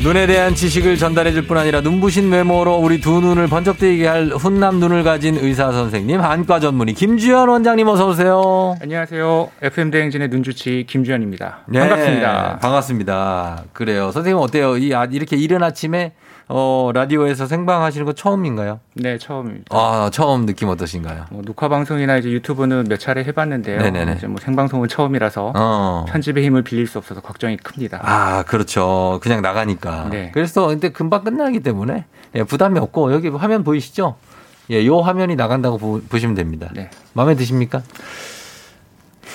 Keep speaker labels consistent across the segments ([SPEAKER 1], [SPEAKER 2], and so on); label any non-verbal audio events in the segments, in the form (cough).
[SPEAKER 1] 눈에 대한 지식을 전달해줄 뿐 아니라 눈부신 외모로 우리 두 눈을 번쩍뜨게 할 훈남 눈을 가진 의사 선생님 한과 전문의 김주현 원장님 어서 오세요.
[SPEAKER 2] 안녕하세요. FM 대행진의 눈주치 김주현입니다.
[SPEAKER 1] 네,
[SPEAKER 2] 반갑습니다.
[SPEAKER 1] 반갑습니다. 그래요. 선생님 어때요? 이 아- 이렇게 이른 아침에 어, 라디오에서 생방 하시는 거 처음인가요?
[SPEAKER 2] 네, 처음입니다.
[SPEAKER 1] 아 처음 느낌 어떠신가요?
[SPEAKER 2] 뭐 녹화 방송이나 이제 유튜브는 몇 차례 해봤는데요.
[SPEAKER 1] 네네네.
[SPEAKER 2] 이제 뭐 생방송은 처음이라서
[SPEAKER 1] 어.
[SPEAKER 2] 편집의 힘을 빌릴 수 없어서 걱정이 큽니다.
[SPEAKER 1] 아, 그렇죠. 그냥 나가니까.
[SPEAKER 2] 네.
[SPEAKER 1] 그래서 근데 금방 끝나기 때문에 예, 부담이 없고 여기 화면 보이시죠? 예, 요 화면이 나간다고 보, 보시면 됩니다.
[SPEAKER 2] 네.
[SPEAKER 1] 마음에 드십니까?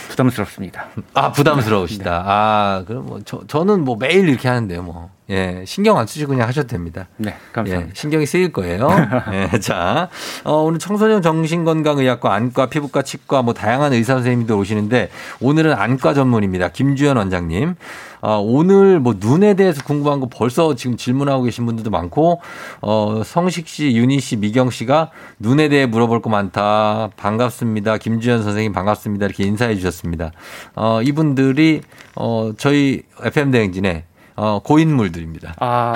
[SPEAKER 2] 부담스럽습니다.
[SPEAKER 1] 아 부담스러우시다.
[SPEAKER 2] 네.
[SPEAKER 1] 아 그럼 뭐 저, 저는 뭐 매일 이렇게 하는데요. 뭐 예, 신경 안 쓰시고 그냥 하셔도 됩니다.
[SPEAKER 2] 네,
[SPEAKER 1] 예,
[SPEAKER 2] 감사합니다.
[SPEAKER 1] 신경이 쓰일
[SPEAKER 2] (laughs)
[SPEAKER 1] 거예요. 예, 자, 어, 오늘 청소년 정신건강의학과 안과, 피부과, 치과 뭐 다양한 의사 선생님들 오시는데 오늘은 안과 전문입니다. 김주현 원장님. 아, 오늘 뭐 눈에 대해서 궁금한 거 벌써 지금 질문하고 계신 분들도 많고 어, 성식 씨, 윤희 씨, 미경 씨가 눈에 대해 물어볼 거 많다. 반갑습니다. 김주현 선생님 반갑습니다. 이렇게 인사해 주셨습니다. 어, 이분들이 어, 저희 FM 대행진의 어, 고인물들입니다. (laughs)
[SPEAKER 2] 아,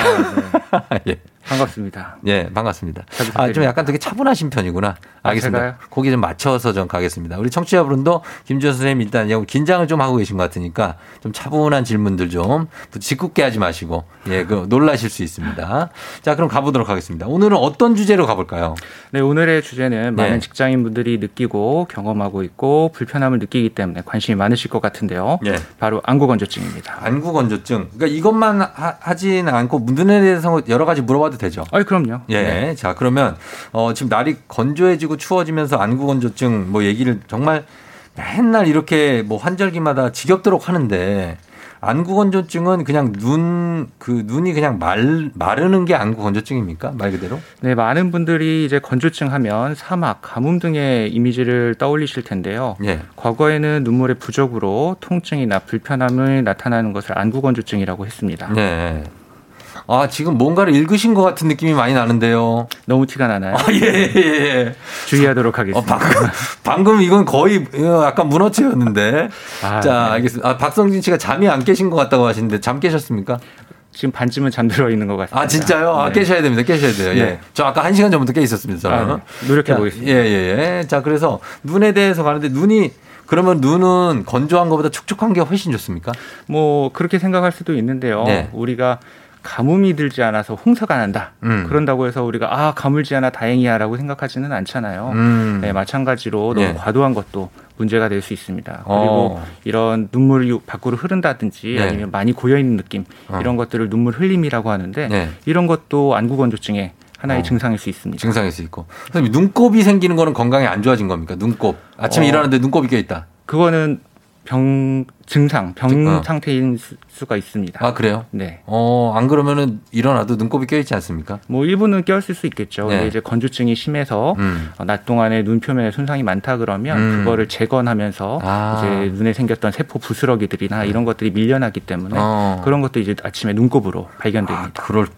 [SPEAKER 2] 네.
[SPEAKER 1] 예.
[SPEAKER 2] 반갑습니다.
[SPEAKER 1] 예, 반갑습니다.
[SPEAKER 2] 잘 부탁드립니다. 아,
[SPEAKER 1] 아, 좀 약간 되게 차분하신 편이구나. 알겠습니다.
[SPEAKER 2] 제가요?
[SPEAKER 1] 거기 좀 맞춰서 좀 가겠습니다. 우리 청취자분도 김주현 선생님 일단 영 긴장을 좀 하고 계신 것 같으니까 좀 차분한 질문들 좀 짓궂게 하지 마시고 예, 그 놀라실 수 있습니다. 자, 그럼 가보도록 하겠습니다. 오늘은 어떤 주제로 가볼까요?
[SPEAKER 2] 네, 오늘의 주제는
[SPEAKER 1] 네.
[SPEAKER 2] 많은 직장인분들이 느끼고 경험하고 있고 불편함을 느끼기 때문에 관심이 많으실 것 같은데요.
[SPEAKER 1] 예. 아.
[SPEAKER 2] 바로 안구건조증입니다.
[SPEAKER 1] 안구 건조증. 그러니까 이것만 하, 하진 않고 눈에 대해서 여러 가지 물어봐도 되죠.
[SPEAKER 2] 아이, 그럼요.
[SPEAKER 1] 예. 자, 그러면 어 지금 날이 건조해지고 추워지면서 안구 건조증 뭐 얘기를 정말 맨날 이렇게 뭐 환절기마다 지겹도록 하는데 안구 건조증은 그냥 눈 그 눈이 그냥 말 마르는 게 안구 건조증입니까? 말 그대로?
[SPEAKER 2] 네, 많은 분들이 이제 건조증 하면 사막, 가뭄 등의 이미지를 떠올리실 텐데요.
[SPEAKER 1] 예.
[SPEAKER 2] 과거에는 눈물의 부족으로 통증이나 불편함을 나타나는 것을 안구건조증이라고 했습니다.
[SPEAKER 1] 예. 아, 지금 뭔가를 읽으신 것 같은 느낌이 많이 나는데요.
[SPEAKER 2] 너무 티가 나나요?
[SPEAKER 1] 아, 예, 예, 예.
[SPEAKER 2] 주의하도록
[SPEAKER 1] 어,
[SPEAKER 2] 하겠습니다.
[SPEAKER 1] 방금, 방금 이건 거의 어, 약간 문어체였는데.
[SPEAKER 2] 아,
[SPEAKER 1] 자,
[SPEAKER 2] 네.
[SPEAKER 1] 알겠습니다. 아, 박성진 씨가 잠이 안 깨신 것 같다고 하시는데, 잠 깨셨습니까?
[SPEAKER 2] 지금 반쯤은 잠들어 있는 것 같습니다.
[SPEAKER 1] 아 진짜요? 아
[SPEAKER 2] 네.
[SPEAKER 1] 깨셔야 됩니다. 깨셔야 돼요. 예.
[SPEAKER 2] 네.
[SPEAKER 1] 저 아까 한 시간 전부터 깨 있었습니다. 저는.
[SPEAKER 2] 아, 네. 노력해 보겠습니다.
[SPEAKER 1] 예예예. 자 그래서 눈에 대해서 가는데 눈이 그러면 눈은 건조한 것보다 촉촉한 게 훨씬 좋습니까?
[SPEAKER 2] 뭐 그렇게 생각할 수도 있는데요.
[SPEAKER 1] 예. 네.
[SPEAKER 2] 우리가 가뭄이 들지 않아서 홍사가 난다.
[SPEAKER 1] 음.
[SPEAKER 2] 그런다고 해서 우리가 아 가물지 않아 다행이야라고 생각하지는 않잖아요.
[SPEAKER 1] 음.
[SPEAKER 2] 네, 마찬가지로 너무
[SPEAKER 1] 예.
[SPEAKER 2] 과도한 것도 문제가 될 수 있습니다. 그리고
[SPEAKER 1] 어.
[SPEAKER 2] 이런 눈물이 밖으로 흐른다든지
[SPEAKER 1] 네.
[SPEAKER 2] 아니면 많이 고여 있는 느낌
[SPEAKER 1] 어.
[SPEAKER 2] 이런 것들을 눈물 흘림이라고 하는데
[SPEAKER 1] 네.
[SPEAKER 2] 이런 것도 안구건조증의 하나의
[SPEAKER 1] 어.
[SPEAKER 2] 증상일 수 있습니다.
[SPEAKER 1] 증상일 수 있고. 선생님 눈곱이 생기는 거는 건강에 안 좋아진 겁니까? 눈곱. 아침에
[SPEAKER 2] 어.
[SPEAKER 1] 일어났는데 눈곱이 껴 있다.
[SPEAKER 2] 그거는 병 증상, 병
[SPEAKER 1] 어.
[SPEAKER 2] 상태인 수- 수가 있습니다.
[SPEAKER 1] 아 그래요?
[SPEAKER 2] 네.
[SPEAKER 1] 어안 그러면은 일어나도 눈곱이 껴 있지 않습니까?
[SPEAKER 2] 뭐 일부는 껴있을 수 있겠죠.
[SPEAKER 1] 네.
[SPEAKER 2] 근데 이제 건조증이 심해서
[SPEAKER 1] 음.
[SPEAKER 2] 어, 낮 동안에 눈 표면에 손상이 많다 그러면
[SPEAKER 1] 음.
[SPEAKER 2] 그거를 재건하면서
[SPEAKER 1] 아. 네.
[SPEAKER 2] 이제 눈에 생겼던 세포 부스러기들이나 이런 것들이 밀려나기 때문에
[SPEAKER 1] 어.
[SPEAKER 2] 그런 것도 이제 아침에 눈곱으로
[SPEAKER 1] 아,
[SPEAKER 2] 발견됩니다.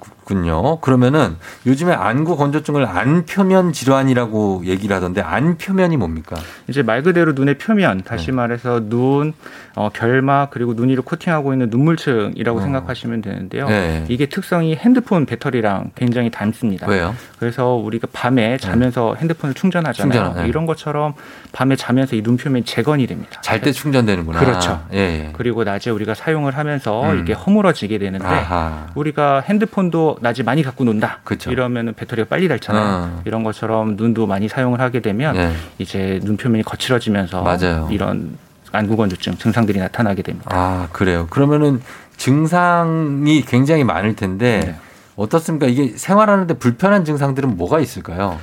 [SPEAKER 1] 그렇군요. 그러면은 요즘에 안구 건조증을 안표면 질환이라고 얘기를 하던데 안표면이 뭡니까?
[SPEAKER 2] 이제 말 그대로 눈의 표면,
[SPEAKER 1] 네.
[SPEAKER 2] 다시 말해서 눈, 어, 결막 그리고 눈 위를 코팅하고 있는 눈물층이라고
[SPEAKER 1] 어.
[SPEAKER 2] 생각하시면 되는데요.
[SPEAKER 1] 네.
[SPEAKER 2] 이게 특성이 핸드폰 배터리랑 굉장히 닮습니다.
[SPEAKER 1] 예. 왜요?
[SPEAKER 2] 그래서 우리가 밤에 자면서 핸드폰을 충전하잖아요.
[SPEAKER 1] 네. 충전하- 네.
[SPEAKER 2] 이런 것처럼 밤에 자면서 이 눈 표면이 재건이 됩니다.
[SPEAKER 1] 잘 때 충전되는구나.
[SPEAKER 2] 그렇죠.
[SPEAKER 1] 예. 예.
[SPEAKER 2] 그리고 낮에 우리가 사용을 하면서
[SPEAKER 1] 음.
[SPEAKER 2] 이게 허물어지게 되는데
[SPEAKER 1] 아하.
[SPEAKER 2] 우리가 핸드폰도 낮에 많이 갖고 논다.
[SPEAKER 1] 그쵸.
[SPEAKER 2] 이러면 배터리가 빨리 닳잖아요.
[SPEAKER 1] 어.
[SPEAKER 2] 이런 것처럼 눈도 많이 사용을 하게 되면
[SPEAKER 1] 예.
[SPEAKER 2] 이제 눈 표면이 거칠어지면서
[SPEAKER 1] 맞아요.
[SPEAKER 2] 이런 안구건조증 증상들이 나타나게 됩니다.
[SPEAKER 1] 아 그래요. 그러면은 증상이 굉장히 많을 텐데
[SPEAKER 2] 네.
[SPEAKER 1] 어떻습니까? 이게 생활하는데 불편한 증상들은 뭐가 있을까요?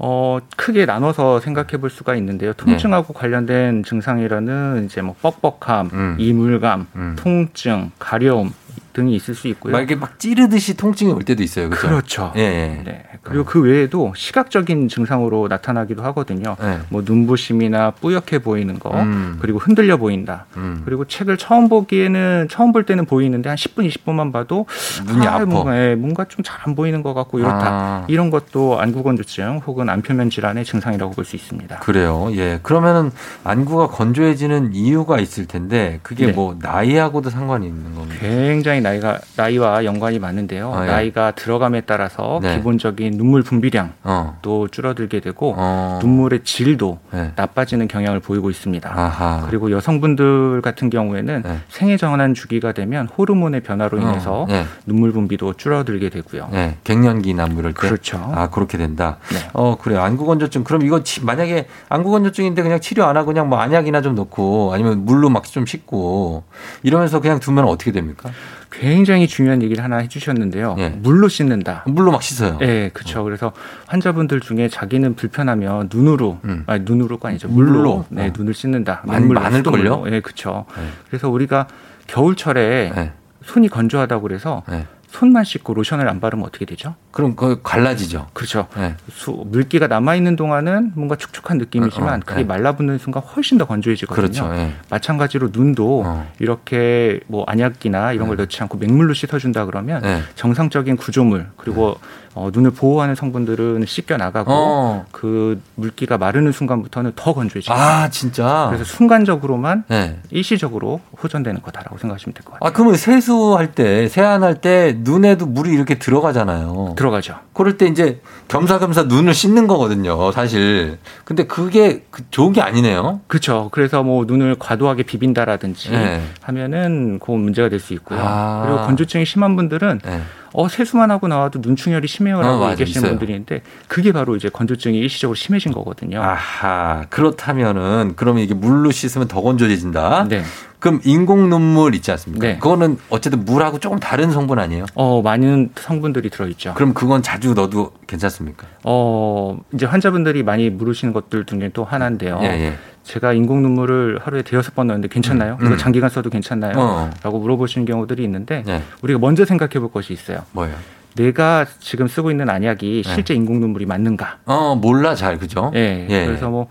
[SPEAKER 2] 어, 크게 나눠서 생각해 볼 수가 있는데요.
[SPEAKER 1] 네.
[SPEAKER 2] 통증하고 관련된 증상이라는 이제 뭐 뻑뻑함,
[SPEAKER 1] 음.
[SPEAKER 2] 이물감,
[SPEAKER 1] 음.
[SPEAKER 2] 통증, 가려움 등이 있을 수 있고요.
[SPEAKER 1] 막 이렇게 막 찌르듯이 통증이 올 때도 있어요. 그죠?
[SPEAKER 2] 그렇죠.
[SPEAKER 1] 예. 예.
[SPEAKER 2] 네. 그리고 그 외에도 시각적인 증상으로 나타나기도 하거든요.
[SPEAKER 1] 네.
[SPEAKER 2] 뭐 눈부심이나 뿌옇게 보이는 거,
[SPEAKER 1] 음.
[SPEAKER 2] 어? 그리고 흔들려 보인다.
[SPEAKER 1] 음.
[SPEAKER 2] 그리고 책을 처음 보기에는 처음 볼 때는 보이는데 한 10분 20분만 봐도
[SPEAKER 1] 눈이 아파.
[SPEAKER 2] 그 뭔가, 예, 뭔가 좀 잘 안 보이는 것 같고 이렇다.
[SPEAKER 1] 아.
[SPEAKER 2] 이런 것도 안구건조증 혹은 안표면 질환의 증상이라고 볼 수 있습니다.
[SPEAKER 1] 그래요. 예. 그러면은 안구가 건조해지는 이유가 있을 텐데 그게
[SPEAKER 2] 네.
[SPEAKER 1] 뭐 나이하고도 상관이 있는 겁니다.
[SPEAKER 2] 굉장히 나이가 나이와 연관이 많은데요.
[SPEAKER 1] 아, 예.
[SPEAKER 2] 나이가 들어감에 따라서
[SPEAKER 1] 네.
[SPEAKER 2] 기본적인 눈물 분비량도
[SPEAKER 1] 어.
[SPEAKER 2] 네. 줄어들게 되고
[SPEAKER 1] 어.
[SPEAKER 2] 눈물의 질도
[SPEAKER 1] 네.
[SPEAKER 2] 나빠지는 경향을 보이고 있습니다.
[SPEAKER 1] 아하.
[SPEAKER 2] 그리고 여성분들 같은 경우에는
[SPEAKER 1] 네.
[SPEAKER 2] 생애 전환 주기가 되면 호르몬의 변화로 인해서
[SPEAKER 1] 어. 네.
[SPEAKER 2] 눈물 분비도 줄어들게 되고요.
[SPEAKER 1] 네. 갱년기나 뭐 이럴 때.
[SPEAKER 2] 그렇죠.
[SPEAKER 1] 아 그렇게 된다.
[SPEAKER 2] 네.
[SPEAKER 1] 어 그래요. 안구건조증. 그럼 이거 치- 만약에 안구건조증인데 그냥 치료 안 하고 그냥 뭐 안약이나 좀 넣고 아니면 물로 막 좀 씻고 이러면서 그냥 두면 어떻게 됩니까?
[SPEAKER 2] 굉장히 중요한 얘기를 하나 해주셨는데요.
[SPEAKER 1] 예.
[SPEAKER 2] 물로 씻는다.
[SPEAKER 1] 물로 막 씻어요.
[SPEAKER 2] 예, 그렇죠. 그래서 환자분들 중에 자기는 불편하면 눈으로,
[SPEAKER 1] 음.
[SPEAKER 2] 아니 눈으로가 아니죠.
[SPEAKER 1] 물로.
[SPEAKER 2] 물로, 네,
[SPEAKER 1] 어.
[SPEAKER 2] 눈을 씻는다.
[SPEAKER 1] 많- 많을걸요?
[SPEAKER 2] 예, 그렇죠.
[SPEAKER 1] 네.
[SPEAKER 2] 그래서 우리가 겨울철에
[SPEAKER 1] 네.
[SPEAKER 2] 손이 건조하다고 그래서
[SPEAKER 1] 네.
[SPEAKER 2] 손만 씻고 로션을 안 바르면 어떻게 되죠?
[SPEAKER 1] 그럼 그 갈라지죠.
[SPEAKER 2] 그렇죠.
[SPEAKER 1] 네.
[SPEAKER 2] 수, 물기가 남아 있는 동안은 뭔가 축축한 느낌이지만
[SPEAKER 1] 어, 어,
[SPEAKER 2] 그게
[SPEAKER 1] 네.
[SPEAKER 2] 말라붙는 순간 훨씬 더 건조해지거든요.
[SPEAKER 1] 그렇죠. 예.
[SPEAKER 2] 마찬가지로 눈도
[SPEAKER 1] 어.
[SPEAKER 2] 이렇게 뭐 안약이나 이런 걸 넣지 않고 맹물로 씻어준다 그러면
[SPEAKER 1] 네.
[SPEAKER 2] 정상적인 구조물 그리고 어, 눈을 보호하는 성분들은 씻겨 나가고
[SPEAKER 1] 어.
[SPEAKER 2] 그 물기가 마르는 순간부터는 더 건조해집니다.
[SPEAKER 1] 아 진짜.
[SPEAKER 2] 그래서 순간적으로만
[SPEAKER 1] 네.
[SPEAKER 2] 일시적으로 호전되는 거다라고 생각하시면 될 것 같아요.
[SPEAKER 1] 아, 그러면 세수할 때, 세안할 때 눈에도 물이 이렇게 들어가잖아요.
[SPEAKER 2] 들어가죠.
[SPEAKER 1] 그럴 때 이제 겸사겸사 눈을 씻는 거거든요, 사실. 근데 그게 그 좋은 게 아니네요.
[SPEAKER 2] 그렇죠. 그래서 뭐 눈을 과도하게 비빈다라든지
[SPEAKER 1] 네.
[SPEAKER 2] 하면은 그건 문제가 될 수 있고요.
[SPEAKER 1] 아.
[SPEAKER 2] 그리고 건조증이 심한 분들은
[SPEAKER 1] 네.
[SPEAKER 2] 어 세수만 하고 나와도 눈충혈이
[SPEAKER 1] 어,
[SPEAKER 2] 심해요라고
[SPEAKER 1] 맞아,
[SPEAKER 2] 얘기하시는
[SPEAKER 1] 있어요.
[SPEAKER 2] 분들이 있는데 그게 바로 이제 건조증이 일시적으로 심해진 거거든요.
[SPEAKER 1] 아하, 그렇다면은, 그러면 이게 물로 씻으면 더 건조해진다?
[SPEAKER 2] 네.
[SPEAKER 1] 그럼 인공 눈물 있지 않습니까?
[SPEAKER 2] 네.
[SPEAKER 1] 그거는 어쨌든 물하고 조금 다른 성분 아니에요?
[SPEAKER 2] 어 많은 성분들이 들어있죠.
[SPEAKER 1] 그럼 그건 자주 넣어도 괜찮습니까?
[SPEAKER 2] 어 이제 환자분들이 많이 물으시는 것들 중에 또 하나인데요.
[SPEAKER 1] 예, 예.
[SPEAKER 2] 제가 인공 눈물을 하루에 대여섯 번 넣는데 괜찮나요?
[SPEAKER 1] 음, 음.
[SPEAKER 2] 이거 장기간 써도 괜찮나요?
[SPEAKER 1] 어.
[SPEAKER 2] 라고 물어보시는 경우들이 있는데
[SPEAKER 1] 예,
[SPEAKER 2] 우리가 먼저 생각해 볼 것이 있어요.
[SPEAKER 1] 뭐예요?
[SPEAKER 2] 내가 지금 쓰고 있는 안약이 실제 인공 눈물이 맞는가?
[SPEAKER 1] 네. 어, 몰라, 잘, 그죠?
[SPEAKER 2] 예.
[SPEAKER 1] 예.
[SPEAKER 2] 그래서 뭐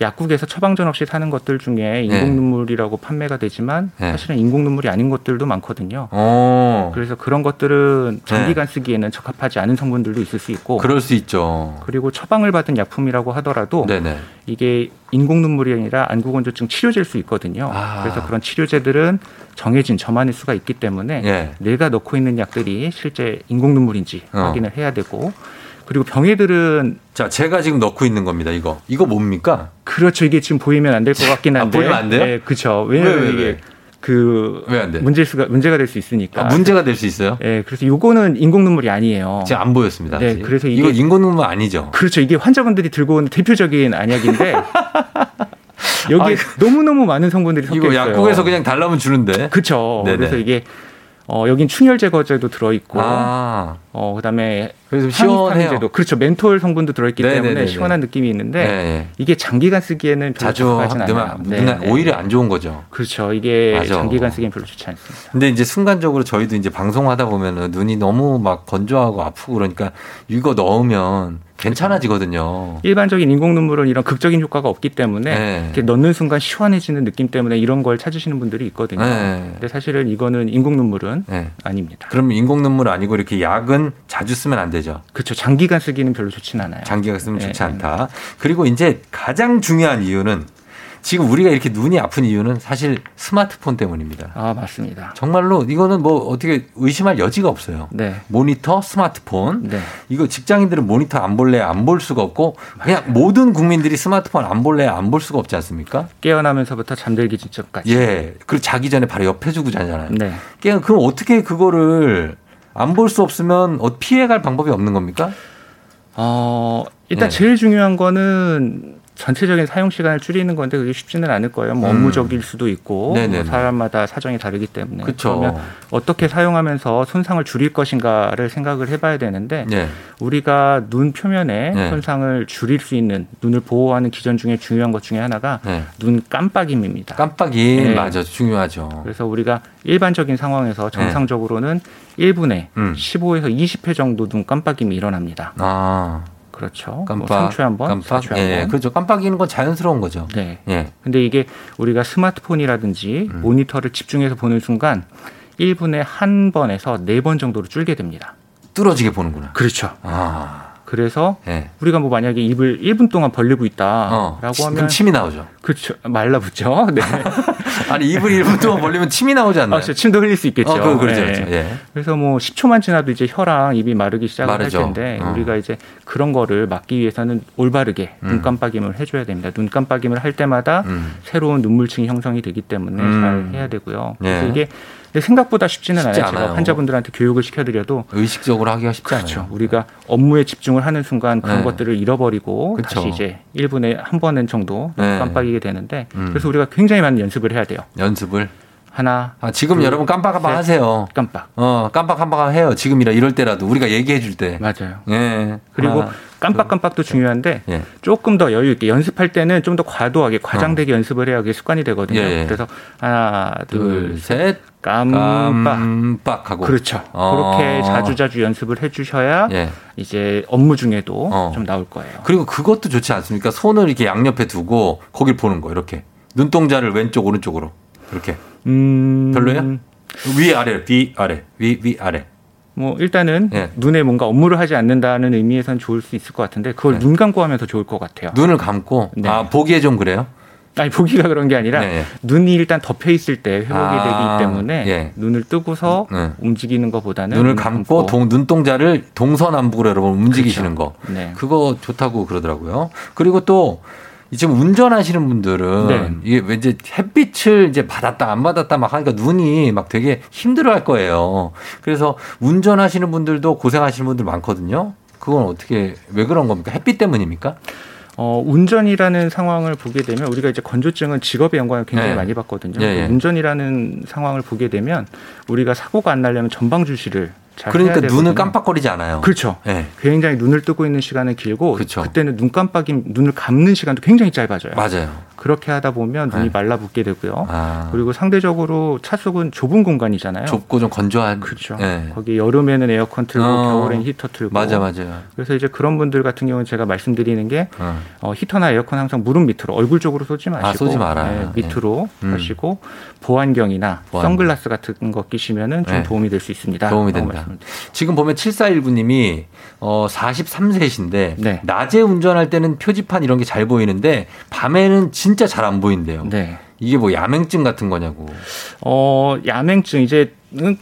[SPEAKER 2] 약국에서 처방전 없이 사는 것들 중에
[SPEAKER 1] 예.
[SPEAKER 2] 인공 눈물이라고 판매가 되지만
[SPEAKER 1] 예.
[SPEAKER 2] 사실은 인공 눈물이 아닌 것들도 많거든요.
[SPEAKER 1] 어, 네.
[SPEAKER 2] 그래서 그런 것들은 장기간 쓰기에는 적합하지 않은 성분들도 있을 수 있고
[SPEAKER 1] 그럴 수 있죠.
[SPEAKER 2] 그리고 처방을 받은 약품이라고 하더라도
[SPEAKER 1] 네네.
[SPEAKER 2] 이게 인공 눈물이 아니라 안구건조증 치료제일 수 있거든요.
[SPEAKER 1] 아.
[SPEAKER 2] 그래서 그런 치료제들은 정해진 저만일 수가 있기 때문에
[SPEAKER 1] 예.
[SPEAKER 2] 내가 넣고 있는 약들이 실제 인공 눈물인지
[SPEAKER 1] 어.
[SPEAKER 2] 확인을 해야 되고 그리고 병해들은
[SPEAKER 1] 자, 제가 지금 넣고 있는 겁니다. 이거. 이거 뭡니까?
[SPEAKER 2] 그렇죠 이게 지금 보이면 안 될 것 같긴
[SPEAKER 1] 아,
[SPEAKER 2] 한데
[SPEAKER 1] 보이면 안 돼요?
[SPEAKER 2] 네, 그렇죠.
[SPEAKER 1] 왜,
[SPEAKER 2] 왜냐면
[SPEAKER 1] 왜,
[SPEAKER 2] 이게
[SPEAKER 1] 왜?
[SPEAKER 2] 그
[SPEAKER 1] 왜 안 돼?
[SPEAKER 2] 문제일 수가 문제가 될 수 있으니까.
[SPEAKER 1] 아, 문제가 될 수 있어요?
[SPEAKER 2] 예, 그래서 요거는 인공 눈물이 아니에요.
[SPEAKER 1] 지금 안 보였습니다.
[SPEAKER 2] 네,
[SPEAKER 1] 아직.
[SPEAKER 2] 그래서
[SPEAKER 1] 이거
[SPEAKER 2] 이게-
[SPEAKER 1] 인공눈물 아니죠?
[SPEAKER 2] 그렇죠. 이게 환자분들이 들고 온
[SPEAKER 1] (laughs)
[SPEAKER 2] 대표적인 안약인데 여기에 너무너무 많은 성분들이 섞여
[SPEAKER 1] 아, 이거
[SPEAKER 2] 있어요.
[SPEAKER 1] 약국에서 그냥 달라면 주는데.
[SPEAKER 2] 그렇죠.
[SPEAKER 1] 네네.
[SPEAKER 2] 그래서 이게 어 여긴 충혈 제거제도 들어 있고
[SPEAKER 1] 아,
[SPEAKER 2] 어 그다음에
[SPEAKER 1] 그래서 시원해요.
[SPEAKER 2] 항히스타민제도 그렇죠. 멘톨 성분도 들어 있기
[SPEAKER 1] 네네네네.
[SPEAKER 2] 때문에 시원한 느낌이 있는데
[SPEAKER 1] 네.
[SPEAKER 2] 이게 장기간 쓰기에는 별로
[SPEAKER 1] 자주
[SPEAKER 2] 적합하진 않아요.
[SPEAKER 1] 넣으면 눈에
[SPEAKER 2] 네네.
[SPEAKER 1] 오히려 안 좋은 거죠.
[SPEAKER 2] 그렇죠. 이게
[SPEAKER 1] 맞아.
[SPEAKER 2] 장기간 쓰기엔 별로 좋지 않습니다.
[SPEAKER 1] 근데 이제 순간적으로 저희도 이제 방송하다 보면은 눈이 너무 막 건조하고 아프고 그러니까 이거 넣으면 괜찮아지거든요.
[SPEAKER 2] 일반적인 인공 눈물은 이런 극적인 효과가 없기 때문에
[SPEAKER 1] 네.
[SPEAKER 2] 이렇게 넣는 순간 시원해지는 느낌 때문에 이런 걸 찾으시는 분들이 있거든요.
[SPEAKER 1] 네.
[SPEAKER 2] 근데 사실은 이거는 인공 눈물은
[SPEAKER 1] 네.
[SPEAKER 2] 아닙니다.
[SPEAKER 1] 그럼 인공눈물 아니고 이렇게 약은 자주 쓰면 안 되죠.
[SPEAKER 2] 그렇죠. 장기간 쓰기는 별로 좋진 않아요.
[SPEAKER 1] 장기가 쓰면 좋지
[SPEAKER 2] 네.
[SPEAKER 1] 않다. 그리고 이제 가장 중요한 이유는 지금 우리가 이렇게 눈이 아픈 이유는 사실 스마트폰 때문입니다.
[SPEAKER 2] 아 맞습니다.
[SPEAKER 1] 정말로 이거는 뭐 어떻게 의심할 여지가 없어요.
[SPEAKER 2] 네.
[SPEAKER 1] 모니터, 스마트폰.
[SPEAKER 2] 네.
[SPEAKER 1] 이거 직장인들은 모니터 안 볼래 안 볼 수가 없고 그냥 모든 국민들이 스마트폰 안 볼래 안 볼 수가 없지 않습니까?
[SPEAKER 2] 깨어나면서부터 잠들기 직전까지.
[SPEAKER 1] 예. 그리고 자기 전에 바로 옆에 주고 자잖아요. 그러니까
[SPEAKER 2] 네.
[SPEAKER 1] 그냥 그럼 어떻게 그거를 안 볼 수 없으면 어- 피해갈 방법이 없는 겁니까?
[SPEAKER 2] 어, 일단
[SPEAKER 1] 네.
[SPEAKER 2] 제일 중요한 거는 전체적인 사용 시간을 줄이는 건데 그게 쉽지는 않을 거예요. 뭐
[SPEAKER 1] 음.
[SPEAKER 2] 업무적일 수도 있고
[SPEAKER 1] 네네네.
[SPEAKER 2] 뭐 사람마다 사정이 다르기 때문에
[SPEAKER 1] 그렇죠.
[SPEAKER 2] 네, 그러면 어떻게 사용하면서 손상을 줄일 것인가를 생각을 해봐야 되는데
[SPEAKER 1] 예.
[SPEAKER 2] 우리가 눈 표면에
[SPEAKER 1] 네.
[SPEAKER 2] 손상을 줄일 수 있는 눈을 보호하는 기전 중에 중요한 것 중에 하나가
[SPEAKER 1] 예.
[SPEAKER 2] 눈 깜빡임입니다.
[SPEAKER 1] 깜빡이
[SPEAKER 2] 네. 그
[SPEAKER 1] 맞아 중요하죠. 네.
[SPEAKER 2] 그래서 우리가 일반적인 상황에서 정상적으로는 1분에
[SPEAKER 1] 음.
[SPEAKER 2] 15에서 20회 정도 눈 깜빡임이 일어납니다.
[SPEAKER 1] 아,
[SPEAKER 2] 그렇죠. 뭐
[SPEAKER 1] 깜빡.
[SPEAKER 2] 3초에 한 번,
[SPEAKER 1] 깜빡.
[SPEAKER 2] 4초에 한
[SPEAKER 1] 예,
[SPEAKER 2] 번.
[SPEAKER 1] 그렇죠. 깜빡이는 건 자연스러운 거죠.
[SPEAKER 2] 네.
[SPEAKER 1] 예.
[SPEAKER 2] 근데 이게 우리가 스마트폰이라든지
[SPEAKER 1] 음.
[SPEAKER 2] 모니터를 집중해서 보는 순간 1분에 한 번에서 네 번 정도로 줄게 됩니다.
[SPEAKER 1] 뚫어지게 보는구나.
[SPEAKER 2] 그렇죠.
[SPEAKER 1] 아,
[SPEAKER 2] 그래서
[SPEAKER 1] 예.
[SPEAKER 2] 우리가 뭐 만약에 입을 1분 동안 벌리고 아, 있다라고
[SPEAKER 1] 어. 치-
[SPEAKER 2] 하면
[SPEAKER 1] 그럼 침이 나오죠.
[SPEAKER 2] 그렇죠. 말라붙죠.
[SPEAKER 1] (laughs)
[SPEAKER 2] 네.
[SPEAKER 1] 아니, 입을 1분 동안 벌리면 침이 나오지 않나요?
[SPEAKER 2] 아, 진짜 침도 흘릴 수 있겠죠.
[SPEAKER 1] 어, 그, 그렇죠.
[SPEAKER 2] 네.
[SPEAKER 1] 그렇죠. 예.
[SPEAKER 2] 그래서 뭐 10초만 지나도 이제 혀랑 입이 마르기 시작을
[SPEAKER 1] 마르죠.
[SPEAKER 2] 할 텐데
[SPEAKER 1] 어.
[SPEAKER 2] 우리가 이제 그런 거를 막기 위해서는 올바르게
[SPEAKER 1] 음.
[SPEAKER 2] 눈 깜빡임을 해줘야 됩니다. 눈 깜빡임을 할 때마다
[SPEAKER 1] 음.
[SPEAKER 2] 새로운 눈물층이 형성이 되기 때문에
[SPEAKER 1] 음.
[SPEAKER 2] 잘 해야 되고요.
[SPEAKER 1] 네.
[SPEAKER 2] 그래서 이게 근데 생각보다 쉽지는
[SPEAKER 1] 쉽지
[SPEAKER 2] 않아요. 제가
[SPEAKER 1] 않아요.
[SPEAKER 2] 환자분들한테 교육을 시켜드려도
[SPEAKER 1] 의식적으로 하기가 쉽지
[SPEAKER 2] 그렇죠.
[SPEAKER 1] 않아요.
[SPEAKER 2] 우리가 업무에 집중을 하는 순간 그런
[SPEAKER 1] 네.
[SPEAKER 2] 것들을 잃어버리고
[SPEAKER 1] 그렇죠.
[SPEAKER 2] 다시 이제 1분에 한 번은 정도 눈
[SPEAKER 1] 네.
[SPEAKER 2] 깜빡이게 되는데
[SPEAKER 1] 음.
[SPEAKER 2] 그래서 우리가 굉장히 많은 연습을 해야 돼요.
[SPEAKER 1] 연습을.
[SPEAKER 2] 하나
[SPEAKER 1] 아, 지금
[SPEAKER 2] 둘,
[SPEAKER 1] 여러분 깜빡깜빡
[SPEAKER 2] 셋.
[SPEAKER 1] 하세요.
[SPEAKER 2] 깜빡.
[SPEAKER 1] 어, 깜빡깜빡 해요. 지금이라 이럴 때라도 우리가 얘기해 줄 때.
[SPEAKER 2] 맞아요.
[SPEAKER 1] 예.
[SPEAKER 2] 네. 그리고
[SPEAKER 1] 아,
[SPEAKER 2] 깜빡깜빡도 중요한데
[SPEAKER 1] 예.
[SPEAKER 2] 조금 더 여유 있게 연습할 때는 좀 더 과도하게 과장되게 연습을 해야 그게 습관이 되거든요.
[SPEAKER 1] 어. 예, 예.
[SPEAKER 2] 그래서 하나, 둘,
[SPEAKER 1] 둘, 셋,
[SPEAKER 2] 깜빡.
[SPEAKER 1] 깜빡하고.
[SPEAKER 2] 그렇죠.
[SPEAKER 1] 어.
[SPEAKER 2] 그렇게 자주 자주 연습을 해주셔야
[SPEAKER 1] 예.
[SPEAKER 2] 이제 업무 중에도
[SPEAKER 1] 어.
[SPEAKER 2] 좀 나올 거예요.
[SPEAKER 1] 그리고 그것도 좋지 않습니까? 손을 이렇게 양옆에 두고 거길 보는 거 이렇게 눈동자를 왼쪽 오른쪽으로 이렇게
[SPEAKER 2] 음,
[SPEAKER 1] 별로예요? 위 아래 위 아래 위 위 아래
[SPEAKER 2] 뭐 일단은
[SPEAKER 1] 예.
[SPEAKER 2] 눈에 뭔가 업무를 하지 않는다는 의미에선 좋을 수 있을 것 같은데 그걸
[SPEAKER 1] 네.
[SPEAKER 2] 눈 감고 하면 더 좋을 것 같아요.
[SPEAKER 1] 눈을 감고
[SPEAKER 2] 네.
[SPEAKER 1] 아 보기에 좀 그래요?
[SPEAKER 2] (laughs) 아니 보기가 그런 게 아니라
[SPEAKER 1] 네.
[SPEAKER 2] 눈이 일단 덮여 있을 때 회복이
[SPEAKER 1] 아,
[SPEAKER 2] 되기 때문에
[SPEAKER 1] 예.
[SPEAKER 2] 눈을 뜨고서
[SPEAKER 1] 네.
[SPEAKER 2] 움직이는 것보다는
[SPEAKER 1] 눈을
[SPEAKER 2] 눈
[SPEAKER 1] 감고 동, 눈동자를 동서남북으로 여러분 움직이시는 거
[SPEAKER 2] 네.
[SPEAKER 1] 그거 좋다고 그러더라고요. 그리고 또 지금 운전하시는 분들은
[SPEAKER 2] 네.
[SPEAKER 1] 이게 왠지 햇빛을 이제 받았다 안 받았다 막 하니까 눈이 막 되게 힘들어할 거예요. 그래서 운전하시는 분들도 고생하시는 분들 많거든요. 그건 어떻게 왜 그런 겁니까? 햇빛 때문입니까?
[SPEAKER 2] 어, 운전이라는 상황을 보게 되면 우리가 이제 건조증은 직업의 연관을 굉장히
[SPEAKER 1] 예.
[SPEAKER 2] 많이 봤거든요.
[SPEAKER 1] 예, 예.
[SPEAKER 2] 운전이라는 상황을 보게 되면 우리가 사고가 안 나려면 전방 주시를 잘
[SPEAKER 1] 그러니까
[SPEAKER 2] 아, 해야 되거든요.
[SPEAKER 1] 눈을 깜빡거리지 않아요.
[SPEAKER 2] 그렇죠.
[SPEAKER 1] 예.
[SPEAKER 2] 굉장히 눈을 뜨고 있는 시간은 길고
[SPEAKER 1] 그쵸.
[SPEAKER 2] 때는눈 깜빡임 눈을 감는 시간도 굉장히 짧아져요.
[SPEAKER 1] 그렇죠. 맞아요.
[SPEAKER 2] 그렇게 하다 보면 눈이
[SPEAKER 1] 네.
[SPEAKER 2] 말라붙게 되고요.
[SPEAKER 1] 아,
[SPEAKER 2] 그리고 상대적으로 차속은 좁은 공간이잖아요.
[SPEAKER 1] 좁고 좀 건조한.
[SPEAKER 2] 그렇죠.
[SPEAKER 1] 예.
[SPEAKER 2] 거기 여름에는 에어컨 틀고
[SPEAKER 1] 어.
[SPEAKER 2] 겨울엔 히터 틀고
[SPEAKER 1] 맞아, 맞아요.
[SPEAKER 2] 그래서 이제 그런 분들 같은 경우는 제가 말씀드리는 게
[SPEAKER 1] 어.
[SPEAKER 2] 어, 히터나 에어컨 항상 무릎 밑으로 얼굴 쪽으로 쏘지 마시고
[SPEAKER 1] 아, 쏘지 말아요.
[SPEAKER 2] 예, 밑으로
[SPEAKER 1] 예. 음.
[SPEAKER 2] 하시고 보안경이나
[SPEAKER 1] 보안경.
[SPEAKER 2] 선글라스 같은 거 끼시면은 좀
[SPEAKER 1] 예.
[SPEAKER 2] 도움이 될 수 있습니다.
[SPEAKER 1] 도움이
[SPEAKER 2] 라고
[SPEAKER 1] 된다.
[SPEAKER 2] 말씀드립니다.
[SPEAKER 1] 지금 보면 7419님이 어 43세신데
[SPEAKER 2] 네.
[SPEAKER 1] 낮에 운전할 때는 표지판 이런 게 잘 보이는데 밤에는 진짜 잘 안 보인대요.
[SPEAKER 2] 네.
[SPEAKER 1] 이게 뭐 야맹증 같은 거냐고.
[SPEAKER 2] 어, 야맹증 이제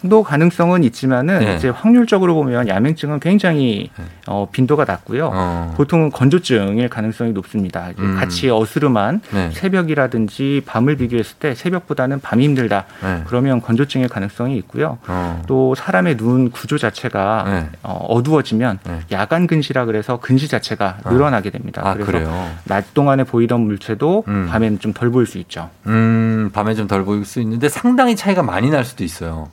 [SPEAKER 2] 도 가능성은 있지만은
[SPEAKER 1] 네.
[SPEAKER 2] 이제 확률적으로 보면 야맹증은 굉장히 어, 빈도가 낮고요.
[SPEAKER 1] 어.
[SPEAKER 2] 보통은 건조증일 가능성이 높습니다. 이제
[SPEAKER 1] 음.
[SPEAKER 2] 같이 어스름한
[SPEAKER 1] 네.
[SPEAKER 2] 새벽이라든지 밤을 비교했을 때 새벽보다는 밤이 힘들다.
[SPEAKER 1] 네.
[SPEAKER 2] 그러면 건조증일 가능성이 있고요.
[SPEAKER 1] 어.
[SPEAKER 2] 또 사람의 눈 구조 자체가
[SPEAKER 1] 네.
[SPEAKER 2] 어, 어두워지면
[SPEAKER 1] 네.
[SPEAKER 2] 야간 근시라 그래서 근시 자체가
[SPEAKER 1] 아.
[SPEAKER 2] 늘어나게 됩니다.
[SPEAKER 1] 아
[SPEAKER 2] 그래서
[SPEAKER 1] 그래요.
[SPEAKER 2] 낮 동안에 보이던 물체도
[SPEAKER 1] 음.
[SPEAKER 2] 밤에는 좀 덜 보일 수 있죠.
[SPEAKER 1] 음 밤에 좀 덜 보일 수 있는데 상당히 차이가 많이 날 수도 있어요.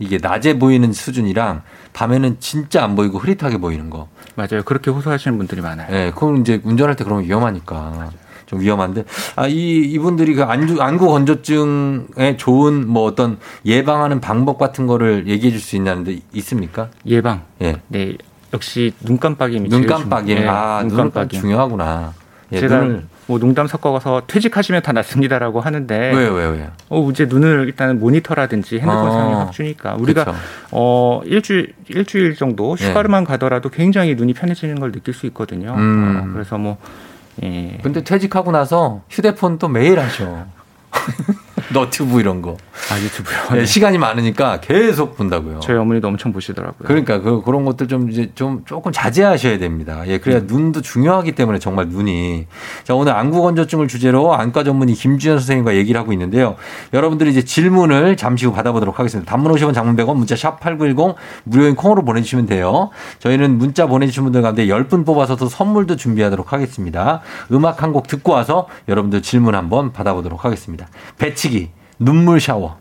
[SPEAKER 1] 이게 낮에 보이는 수준이랑 밤에는 진짜 안 보이고 흐릿하게 보이는 거.
[SPEAKER 2] 맞아요. 그렇게 호소하시는 분들이 많아요.
[SPEAKER 1] 예, 그건 이제 운전할 때 그러면 위험하니까. 좀 위험한데 아 이 이분들이 그 안주 안구 건조증에 좋은 뭐 어떤 예방하는 방법 같은 거를 얘기해 줄 수 있냐는데 있습니까?
[SPEAKER 2] 예방.
[SPEAKER 1] 예.
[SPEAKER 2] 네. 역시 눈 깜빡임이
[SPEAKER 1] 눈
[SPEAKER 2] 제일
[SPEAKER 1] 깜빡임.
[SPEAKER 2] 중요- 예,
[SPEAKER 1] 아, 눈 깜빡임 중요하구나. 예,
[SPEAKER 2] 제가
[SPEAKER 1] 눈을
[SPEAKER 2] 뭐 농담 섞어서 퇴직하시면 다 낫습니다라고 하는데
[SPEAKER 1] 왜요, 왜요, 왜요?
[SPEAKER 2] 어 이제 눈을 일단 모니터라든지 핸드폰
[SPEAKER 1] 어,
[SPEAKER 2] 상에 확 주니까 우리가
[SPEAKER 1] 그쵸.
[SPEAKER 2] 어 일주일 일주일 정도
[SPEAKER 1] 네.
[SPEAKER 2] 휴가로만 가더라도 굉장히 눈이 편해지는 걸 느낄 수 있거든요.
[SPEAKER 1] 음.
[SPEAKER 2] 어, 그래서 뭐 예.
[SPEAKER 1] 근데 퇴직하고 나서 휴대폰 또 매일 하셔. (laughs) 너튜브 이런 거.
[SPEAKER 2] 아 유튜브요.
[SPEAKER 1] 예,
[SPEAKER 2] 네.
[SPEAKER 1] 시간이 많으니까 계속 본다고요.
[SPEAKER 2] (laughs) 저희 어머니도 엄청 보시더라고요.
[SPEAKER 1] 그러니까 그 그런 것들 좀 이제 좀 조금 자제하셔야 됩니다. 예, 그래야
[SPEAKER 2] 음.
[SPEAKER 1] 눈도 중요하기 때문에 정말 눈이. 자, 오늘 안구 건조증을 주제로 안과 전문의 김주현 선생님과 얘기를 하고 있는데요. 여러분들이 이제 질문을 잠시 후 받아보도록 하겠습니다. 단문 50원, 장문 100원, 문자 샵 #8910 무료인 콩으로 보내주시면 돼요. 저희는 문자 보내주신 분들 가운데 10분 뽑아서 또 선물도 준비하도록 하겠습니다. 음악 한 곡 듣고 와서 여러분들 질문 한번 받아보도록 하겠습니다. 배치기 눈물 샤워.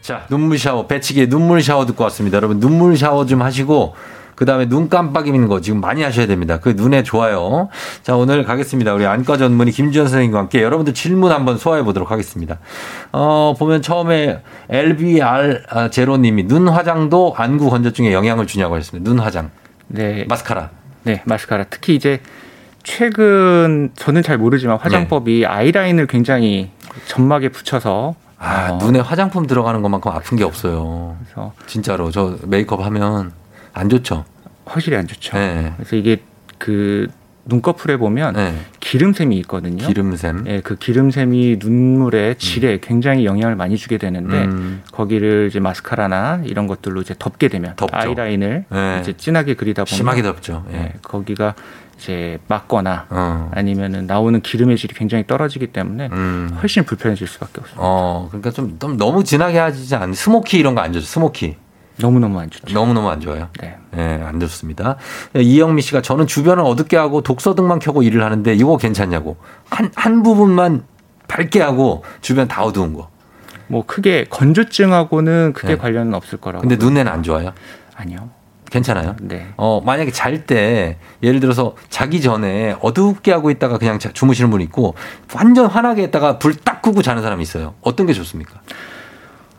[SPEAKER 1] 자, 눈물 샤워, 배치기의 눈물 샤워 듣고 왔습니다. 여러분, 눈물 샤워 좀 하시고, 그 다음에 눈 깜빡이는 거 지금 많이 하셔야 됩니다. 그 눈에 좋아요. 자, 오늘 가겠습니다. 우리 안과 전문의 김주현 선생님과 함께 여러분들 질문 한번 소화해 보도록 하겠습니다. 어, 보면 처음에 LBR 아, 제로님이 눈 화장도 안구 건조증에 영향을 주냐고 하셨습니다. 눈 화장.
[SPEAKER 2] 네.
[SPEAKER 1] 마스카라.
[SPEAKER 2] 네, 마스카라. 특히 이제 최근 저는 잘 모르지만 화장법이
[SPEAKER 1] 네.
[SPEAKER 2] 아이라인을 굉장히 점막에 붙여서
[SPEAKER 1] 아,
[SPEAKER 2] 어.
[SPEAKER 1] 눈에 화장품 들어가는 것만큼 아픈 게 없어요.
[SPEAKER 2] 그래서
[SPEAKER 1] 진짜로. 저 메이크업 하면 안 좋죠.
[SPEAKER 2] 확실히 안 좋죠.
[SPEAKER 1] 네.
[SPEAKER 2] 그래서 이게 그 눈꺼풀에 보면
[SPEAKER 1] 네.
[SPEAKER 2] 기름샘이 있거든요.
[SPEAKER 1] 기름샘.
[SPEAKER 2] 예, 그 기름샘이 눈물의 질에 굉장히 영향을 많이 주게 되는데
[SPEAKER 1] 음.
[SPEAKER 2] 거기를 이제 마스카라나 이런 것들로 이제 덮게 되면
[SPEAKER 1] 덮죠.
[SPEAKER 2] 아이라인을
[SPEAKER 1] 예.
[SPEAKER 2] 이제 진하게 그리다 보면
[SPEAKER 1] 심하게 덥죠.
[SPEAKER 2] 예,
[SPEAKER 1] 예.
[SPEAKER 2] 거기가 이제 막거나
[SPEAKER 1] 어.
[SPEAKER 2] 아니면은 나오는 기름의 질이 굉장히 떨어지기 때문에
[SPEAKER 1] 음.
[SPEAKER 2] 훨씬 불편해질 수밖에 없어요.
[SPEAKER 1] 어, 그러니까 좀, 좀 너무 진하게 하지 않, 스모키 이런 거 안 좋죠. 스모키.
[SPEAKER 2] 너무 너무 안 좋죠.
[SPEAKER 1] 너무너무 안 좋아요.
[SPEAKER 2] 네.
[SPEAKER 1] 예, 안 좋습니다. 예, 이영미 씨가 저는 주변을 어둡게 하고 독서등만 켜고 일을 하는데 이거 괜찮냐고. 한, 한 부분만 밝게 하고 주변 다 어두운 거.
[SPEAKER 2] 뭐 크게 건조증하고는 크게
[SPEAKER 1] 네.
[SPEAKER 2] 관련은 없을 거라고.
[SPEAKER 1] 근데 눈에는 안 좋아요.
[SPEAKER 2] 아니요.
[SPEAKER 1] 괜찮아요.
[SPEAKER 2] 네.
[SPEAKER 1] 어, 만약에 잘 때 예를 들어서 자기 전에 어둡게 하고 있다가 그냥 자- 주무시는 분 있고 완전 환하게 했다가 불 딱 끄고 자는 사람이 있어요. 어떤 게 좋습니까?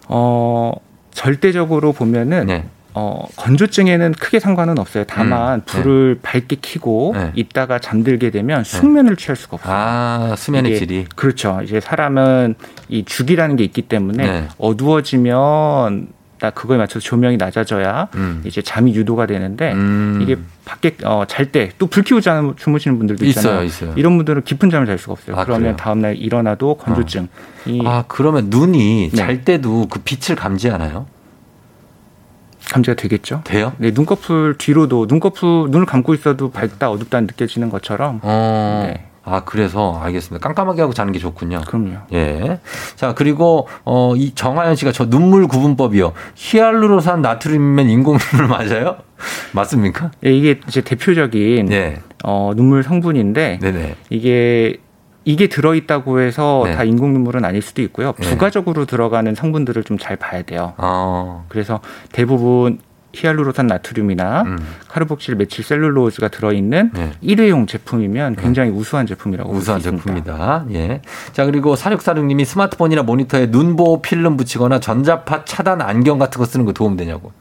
[SPEAKER 2] 어 절대적으로 보면은
[SPEAKER 1] 네.
[SPEAKER 2] 어, 건조증에는 크게 상관은 없어요. 다만
[SPEAKER 1] 음, 네.
[SPEAKER 2] 불을 밝게 켜고
[SPEAKER 1] 네.
[SPEAKER 2] 있다가 잠들게 되면 숙면을 취할 수가 없어요.
[SPEAKER 1] 아, 수면의
[SPEAKER 2] 이게-
[SPEAKER 1] 질이.
[SPEAKER 2] 그렇죠. 이제 사람은 이 주기라는 게 있기 때문에
[SPEAKER 1] 네.
[SPEAKER 2] 어두워지면 나 그거에 맞춰서 조명이 낮아져야
[SPEAKER 1] 음.
[SPEAKER 2] 이제 잠이 유도가 되는데
[SPEAKER 1] 음.
[SPEAKER 2] 이게 밖에 어, 잘 때 또 불 켜고 자 주무시는 분들도
[SPEAKER 1] 있어요,
[SPEAKER 2] 있잖아요.
[SPEAKER 1] 있어요.
[SPEAKER 2] 이런 분들은 깊은 잠을 잘 수가 없어요.
[SPEAKER 1] 아, 그래요?
[SPEAKER 2] 그러면 다음 날 일어나도 건조증이
[SPEAKER 1] 아, 그러면 눈이
[SPEAKER 2] 네.
[SPEAKER 1] 잘 때도 그 빛을 감지하나요?
[SPEAKER 2] 감지가 되겠죠.
[SPEAKER 1] 돼요?
[SPEAKER 2] 네, 눈꺼풀 뒤로도 눈꺼풀 눈을 감고 있어도 밝다 어둡다 느껴지는 것처럼
[SPEAKER 1] 어.
[SPEAKER 2] 네.
[SPEAKER 1] 아, 그래서 알겠습니다. 깜깜하게 하고 자는 게 좋군요.
[SPEAKER 2] 그럼요.
[SPEAKER 1] 예. 자, 그리고 어 이 정하연 씨가 저 눈물 구분법이요. 히알루로산 나트륨이면 인공 눈물 (laughs) 맞아요? 맞습니까?
[SPEAKER 2] 예, 이게 이제 대표적인
[SPEAKER 1] 예.
[SPEAKER 2] 어, 눈물 성분인데
[SPEAKER 1] 네, 네.
[SPEAKER 2] 이게 이게 들어있다고 해서
[SPEAKER 1] 네.
[SPEAKER 2] 다 인공 눈물은 아닐 수도 있고요.
[SPEAKER 1] 네.
[SPEAKER 2] 부가적으로 들어가는 성분들을 좀 잘 봐야 돼요.
[SPEAKER 1] 어.
[SPEAKER 2] 그래서 대부분 히알루로산 나트륨이나
[SPEAKER 1] 음.
[SPEAKER 2] 카르복실 메칠 셀룰로즈가 들어있는
[SPEAKER 1] 네.
[SPEAKER 2] 일회용 제품이면 굉장히 우수한 제품이라고 볼수
[SPEAKER 1] 우수한
[SPEAKER 2] 있습니다.
[SPEAKER 1] 제품이다. 예. 자, 그리고 4646님이 스마트폰이나 모니터에 눈보호 필름 붙이거나 전자파 차단 안경 같은 거 쓰는 거 도움 되냐고.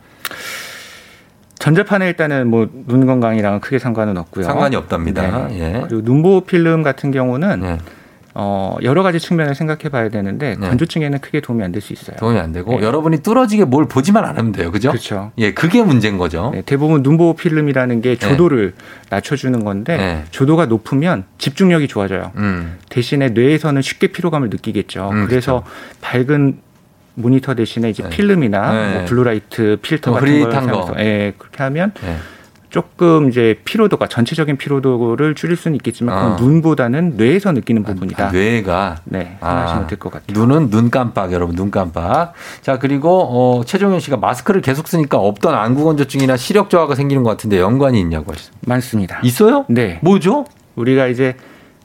[SPEAKER 2] 전자판에 일단은 뭐 눈 건강이랑은 크게 상관은 없고요.
[SPEAKER 1] 상관이 없답니다.
[SPEAKER 2] 네.
[SPEAKER 1] 예.
[SPEAKER 2] 그리고 눈보호 필름 같은 경우는
[SPEAKER 1] 예.
[SPEAKER 2] 어, 여러 가지 측면을 생각해 봐야 되는데
[SPEAKER 1] 네.
[SPEAKER 2] 건조증에는 크게 도움이 안 될 수 있어요.
[SPEAKER 1] 도움이 안 되고
[SPEAKER 2] 예.
[SPEAKER 1] 여러분이 뚫어지게 뭘 보지만 않으면 돼요. 그죠?
[SPEAKER 2] 그렇죠.
[SPEAKER 1] 예, 그게 문제인 거죠.
[SPEAKER 2] 네, 대부분 눈보호 필름이라는 게 조도를 낮춰주는 건데
[SPEAKER 1] 네.
[SPEAKER 2] 조도가 높으면 집중력이 좋아져요.
[SPEAKER 1] 음.
[SPEAKER 2] 대신에 뇌에서는 쉽게 피로감을 느끼겠죠.
[SPEAKER 1] 음,
[SPEAKER 2] 그래서 밝은 모니터 대신에 이제
[SPEAKER 1] 네.
[SPEAKER 2] 필름이나
[SPEAKER 1] 네.
[SPEAKER 2] 뭐 블루라이트 필터
[SPEAKER 1] 어,
[SPEAKER 2] 같은 걸
[SPEAKER 1] 흐릿한 거.
[SPEAKER 2] 사용해서 예, 그렇게 하면
[SPEAKER 1] 예.
[SPEAKER 2] 조금 이제 피로도가 전체적인 피로도를 줄일 수는 있겠지만 그건
[SPEAKER 1] 어. 아,
[SPEAKER 2] 눈보다는 뇌에서 느끼는 부분이다.
[SPEAKER 1] 뇌가
[SPEAKER 2] 네,
[SPEAKER 1] 아.
[SPEAKER 2] 생각하시면 될 것 같아요.
[SPEAKER 1] 눈은 눈 깜빡 여러분 눈 깜빡. 자 그리고 어, 최종현 씨가 마스크를 계속 쓰니까 없던 안구 건조증이나 시력 저하가 생기는 것 같은데 연관이 있냐고 하셨어요.
[SPEAKER 2] 많습니다.
[SPEAKER 1] 있어요?
[SPEAKER 2] 네.
[SPEAKER 1] 뭐죠?
[SPEAKER 2] 우리가 이제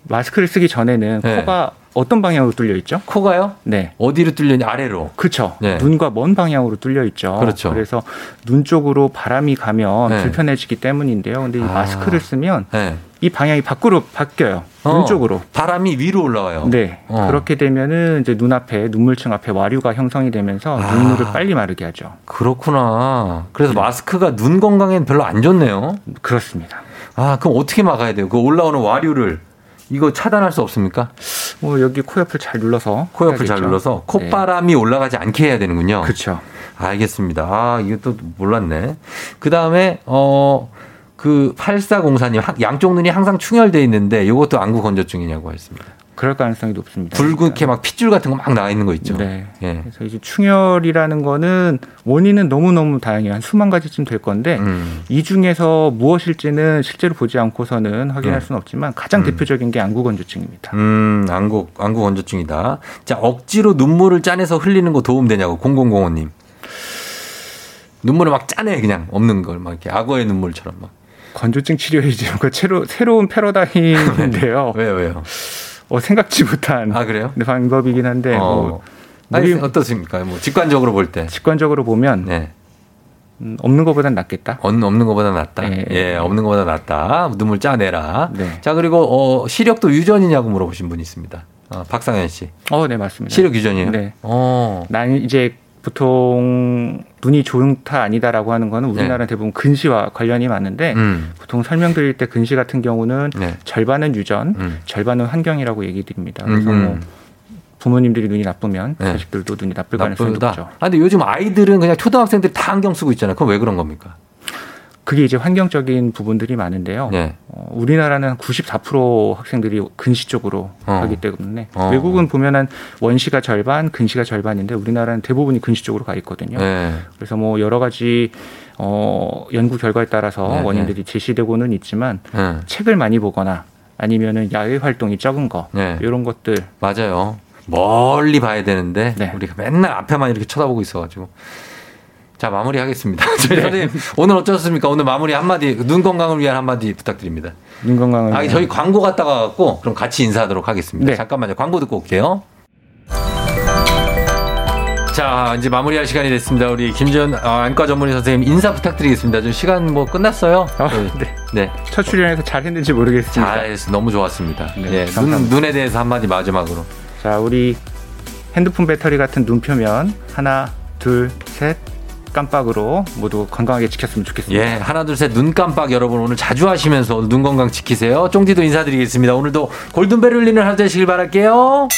[SPEAKER 2] 마스크를 쓰기 전에는
[SPEAKER 1] 네.
[SPEAKER 2] 코가 어떤 방향으로 뚫려 있죠?
[SPEAKER 1] 코가요?
[SPEAKER 2] 네.
[SPEAKER 1] 어디로 뚫려냐 아래로.
[SPEAKER 2] 그렇죠.
[SPEAKER 1] 네.
[SPEAKER 2] 눈과 먼 방향으로 뚫려 있죠.
[SPEAKER 1] 그렇죠.
[SPEAKER 2] 래서눈 쪽으로 바람이 가면
[SPEAKER 1] 네.
[SPEAKER 2] 불편해지기 때문인데요. 근데 이
[SPEAKER 1] 아.
[SPEAKER 2] 마스크를 쓰면
[SPEAKER 1] 예.
[SPEAKER 2] 이 방향이 밖으로 바뀌어요.
[SPEAKER 1] 어,
[SPEAKER 2] 눈 쪽으로.
[SPEAKER 1] 바람이 위로 올라와요.
[SPEAKER 2] 네.
[SPEAKER 1] 어.
[SPEAKER 2] 그렇게 되면은 이제 눈 앞에 눈물층 앞에 와류가 형성이 되면서
[SPEAKER 1] 아.
[SPEAKER 2] 눈물을 빨리 마르게 하죠.
[SPEAKER 1] 그렇구나. 그래서
[SPEAKER 2] 네.
[SPEAKER 1] 마스크가 눈 건강엔 별로 안 좋네요.
[SPEAKER 2] 그렇습니다.
[SPEAKER 1] 아 그럼 어떻게 막아야 돼요? 그 올라오는 와류를 이거 차단할 수 없습니까?
[SPEAKER 2] 뭐 여기 코 옆을 잘 눌러서
[SPEAKER 1] 코 옆을 잘
[SPEAKER 2] 해야겠죠.
[SPEAKER 1] 눌러서 어.
[SPEAKER 2] 네.
[SPEAKER 1] 콧바람이 올라가지 않게 해야 되는군요.
[SPEAKER 2] 그렇죠.
[SPEAKER 1] 알겠습니다. 아, 이게 또 몰랐네. 그 다음에, 어, 그 8404님, 하- 양쪽 눈이 항상 충혈돼 있는데 이것도 안구 건조증이냐고 했습니다.
[SPEAKER 2] 그럴 가능성이 높습니다. 그러니까.
[SPEAKER 1] 붉게 막 핏줄 같은 거 막 나와 있는 거 있죠.
[SPEAKER 2] 네.
[SPEAKER 1] 예.
[SPEAKER 2] 그래서 이제 충혈이라는 거는 원인은 너무너무 다양해요. 한 수만 가지쯤 될 건데
[SPEAKER 1] 음.
[SPEAKER 2] 이 중에서 무엇일지는 실제로 보지 않고서는 확인할
[SPEAKER 1] 네.
[SPEAKER 2] 수는 없지만 가장
[SPEAKER 1] 음.
[SPEAKER 2] 대표적인 게 안구 건조증입니다.
[SPEAKER 1] 음, 안구, 안구 건조증이다. 자, 억지로 눈물을 짜내서 흘리는 거 도움되냐고, 0005님. 눈물을 막 짜내, 그냥. 없는 걸. 막 이렇게 악어의 눈물처럼 막.
[SPEAKER 2] 건조증 치료의 이제 뭔가 새로, 새로운 패러다임인데요.
[SPEAKER 1] 왜요, 왜요?
[SPEAKER 2] 어, 생각지 못한
[SPEAKER 1] 네. 아, 그래요?
[SPEAKER 2] 방법이긴 한데
[SPEAKER 1] 어.
[SPEAKER 2] 뭐
[SPEAKER 1] 아니,
[SPEAKER 2] 우리-
[SPEAKER 1] 어떻습니까? 뭐, 직관적으로 볼 때.
[SPEAKER 2] 직관적으로 보면
[SPEAKER 1] 네.
[SPEAKER 2] 음, 없는 것보단 낫겠다.
[SPEAKER 1] 없는, 없는 것보다 낫다.
[SPEAKER 2] 예.
[SPEAKER 1] 예, 없는 것보다 낫다. 눈물 짜내라.
[SPEAKER 2] 네.
[SPEAKER 1] 자, 그리고, 어, 시력도 유전이냐고 물어보신 분이 있습니다. 어, 박상현 씨.
[SPEAKER 2] 어, 네 맞습니다.
[SPEAKER 1] 시력 유전이에요?
[SPEAKER 2] 네.
[SPEAKER 1] 어.
[SPEAKER 2] 난 이제 보통 눈이 좋다 아니다라고 하는 거는 우리나라 는 대부분 근시와 관련이 많은데
[SPEAKER 1] 네. 음.
[SPEAKER 2] 보통 설명드릴 때 근시 같은 경우는
[SPEAKER 1] 네.
[SPEAKER 2] 절반은 유전,
[SPEAKER 1] 음.
[SPEAKER 2] 절반은 환경이라고 얘기 드립니다.
[SPEAKER 1] 음,
[SPEAKER 2] 그래서 뭐
[SPEAKER 1] 음.
[SPEAKER 2] 부모님들이 눈이 나쁘면
[SPEAKER 1] 네.
[SPEAKER 2] 자식들도 눈이 나쁠 가능성이 높죠.
[SPEAKER 1] 나쁘다. 아, 근데 요즘 아이들은 그냥 초등학생들이 다 안경 쓰고 있잖아요. 그건 왜 그런 겁니까?
[SPEAKER 2] 그게 이제 환경적인 부분들이 많은데요.
[SPEAKER 1] 네.
[SPEAKER 2] 어, 우리나라는 94% 학생들이 근시 쪽으로
[SPEAKER 1] 어.
[SPEAKER 2] 가기 때문에
[SPEAKER 1] 어.
[SPEAKER 2] 외국은 보면 한 원시가 절반, 근시가 절반인데 우리나라는 대부분이 근시 쪽으로 가 있거든요.
[SPEAKER 1] 네.
[SPEAKER 2] 그래서 뭐 여러 가지 어, 연구 결과에 따라서
[SPEAKER 1] 네,
[SPEAKER 2] 원인들이 제시되고는 있지만
[SPEAKER 1] 네.
[SPEAKER 2] 책을 많이 보거나 아니면은 야외 활동이 적은 거
[SPEAKER 1] 네.
[SPEAKER 2] 이런 것들
[SPEAKER 1] 맞아요. 멀리 봐야 되는데
[SPEAKER 2] 네.
[SPEAKER 1] 우리가 맨날 앞에만 이렇게 쳐다보고 있어가지고 자 마무리하겠습니다. (laughs) 저희
[SPEAKER 2] 네.
[SPEAKER 1] 선생님 오늘 어쩌셨습니까? 오늘 마무리 한마디 눈 건강을 위한 한마디 부탁드립니다.
[SPEAKER 2] 눈 건강을
[SPEAKER 1] 아
[SPEAKER 2] 위한
[SPEAKER 1] 저희 광고 갔다 와갖고 그럼 같이 인사하도록 하겠습니다.
[SPEAKER 2] 네.
[SPEAKER 1] 잠깐만요. 광고 듣고 올게요. 자 이제 마무리할 시간이 됐습니다. 우리 김전 아, 안과 전문의 선생님 인사 부탁드리겠습니다. 지금 시간 뭐 끝났어요.
[SPEAKER 2] 어,
[SPEAKER 1] 네.
[SPEAKER 2] (laughs) 네.
[SPEAKER 1] 네.
[SPEAKER 2] 첫 출연해서 잘 했는지 모르겠습니다.
[SPEAKER 1] 잘 너무 좋았습니다.
[SPEAKER 2] 네,
[SPEAKER 1] 예, 눈,
[SPEAKER 2] 감사합니다.
[SPEAKER 1] 눈에 대해서 한마디 마지막으로.
[SPEAKER 2] 자, 우리 핸드폰 배터리 같은 눈 표면 하나, 둘, 셋 깜빡으로 모두 건강하게 지켰으면 좋겠습니다.
[SPEAKER 1] 예, 하나 둘 셋 눈 깜빡 여러분 오늘 자주 하시면서 오늘 눈 건강 지키세요. 쫑디도 인사드리겠습니다. 오늘도 골든벨 울리는 하루 되시길 바랄게요.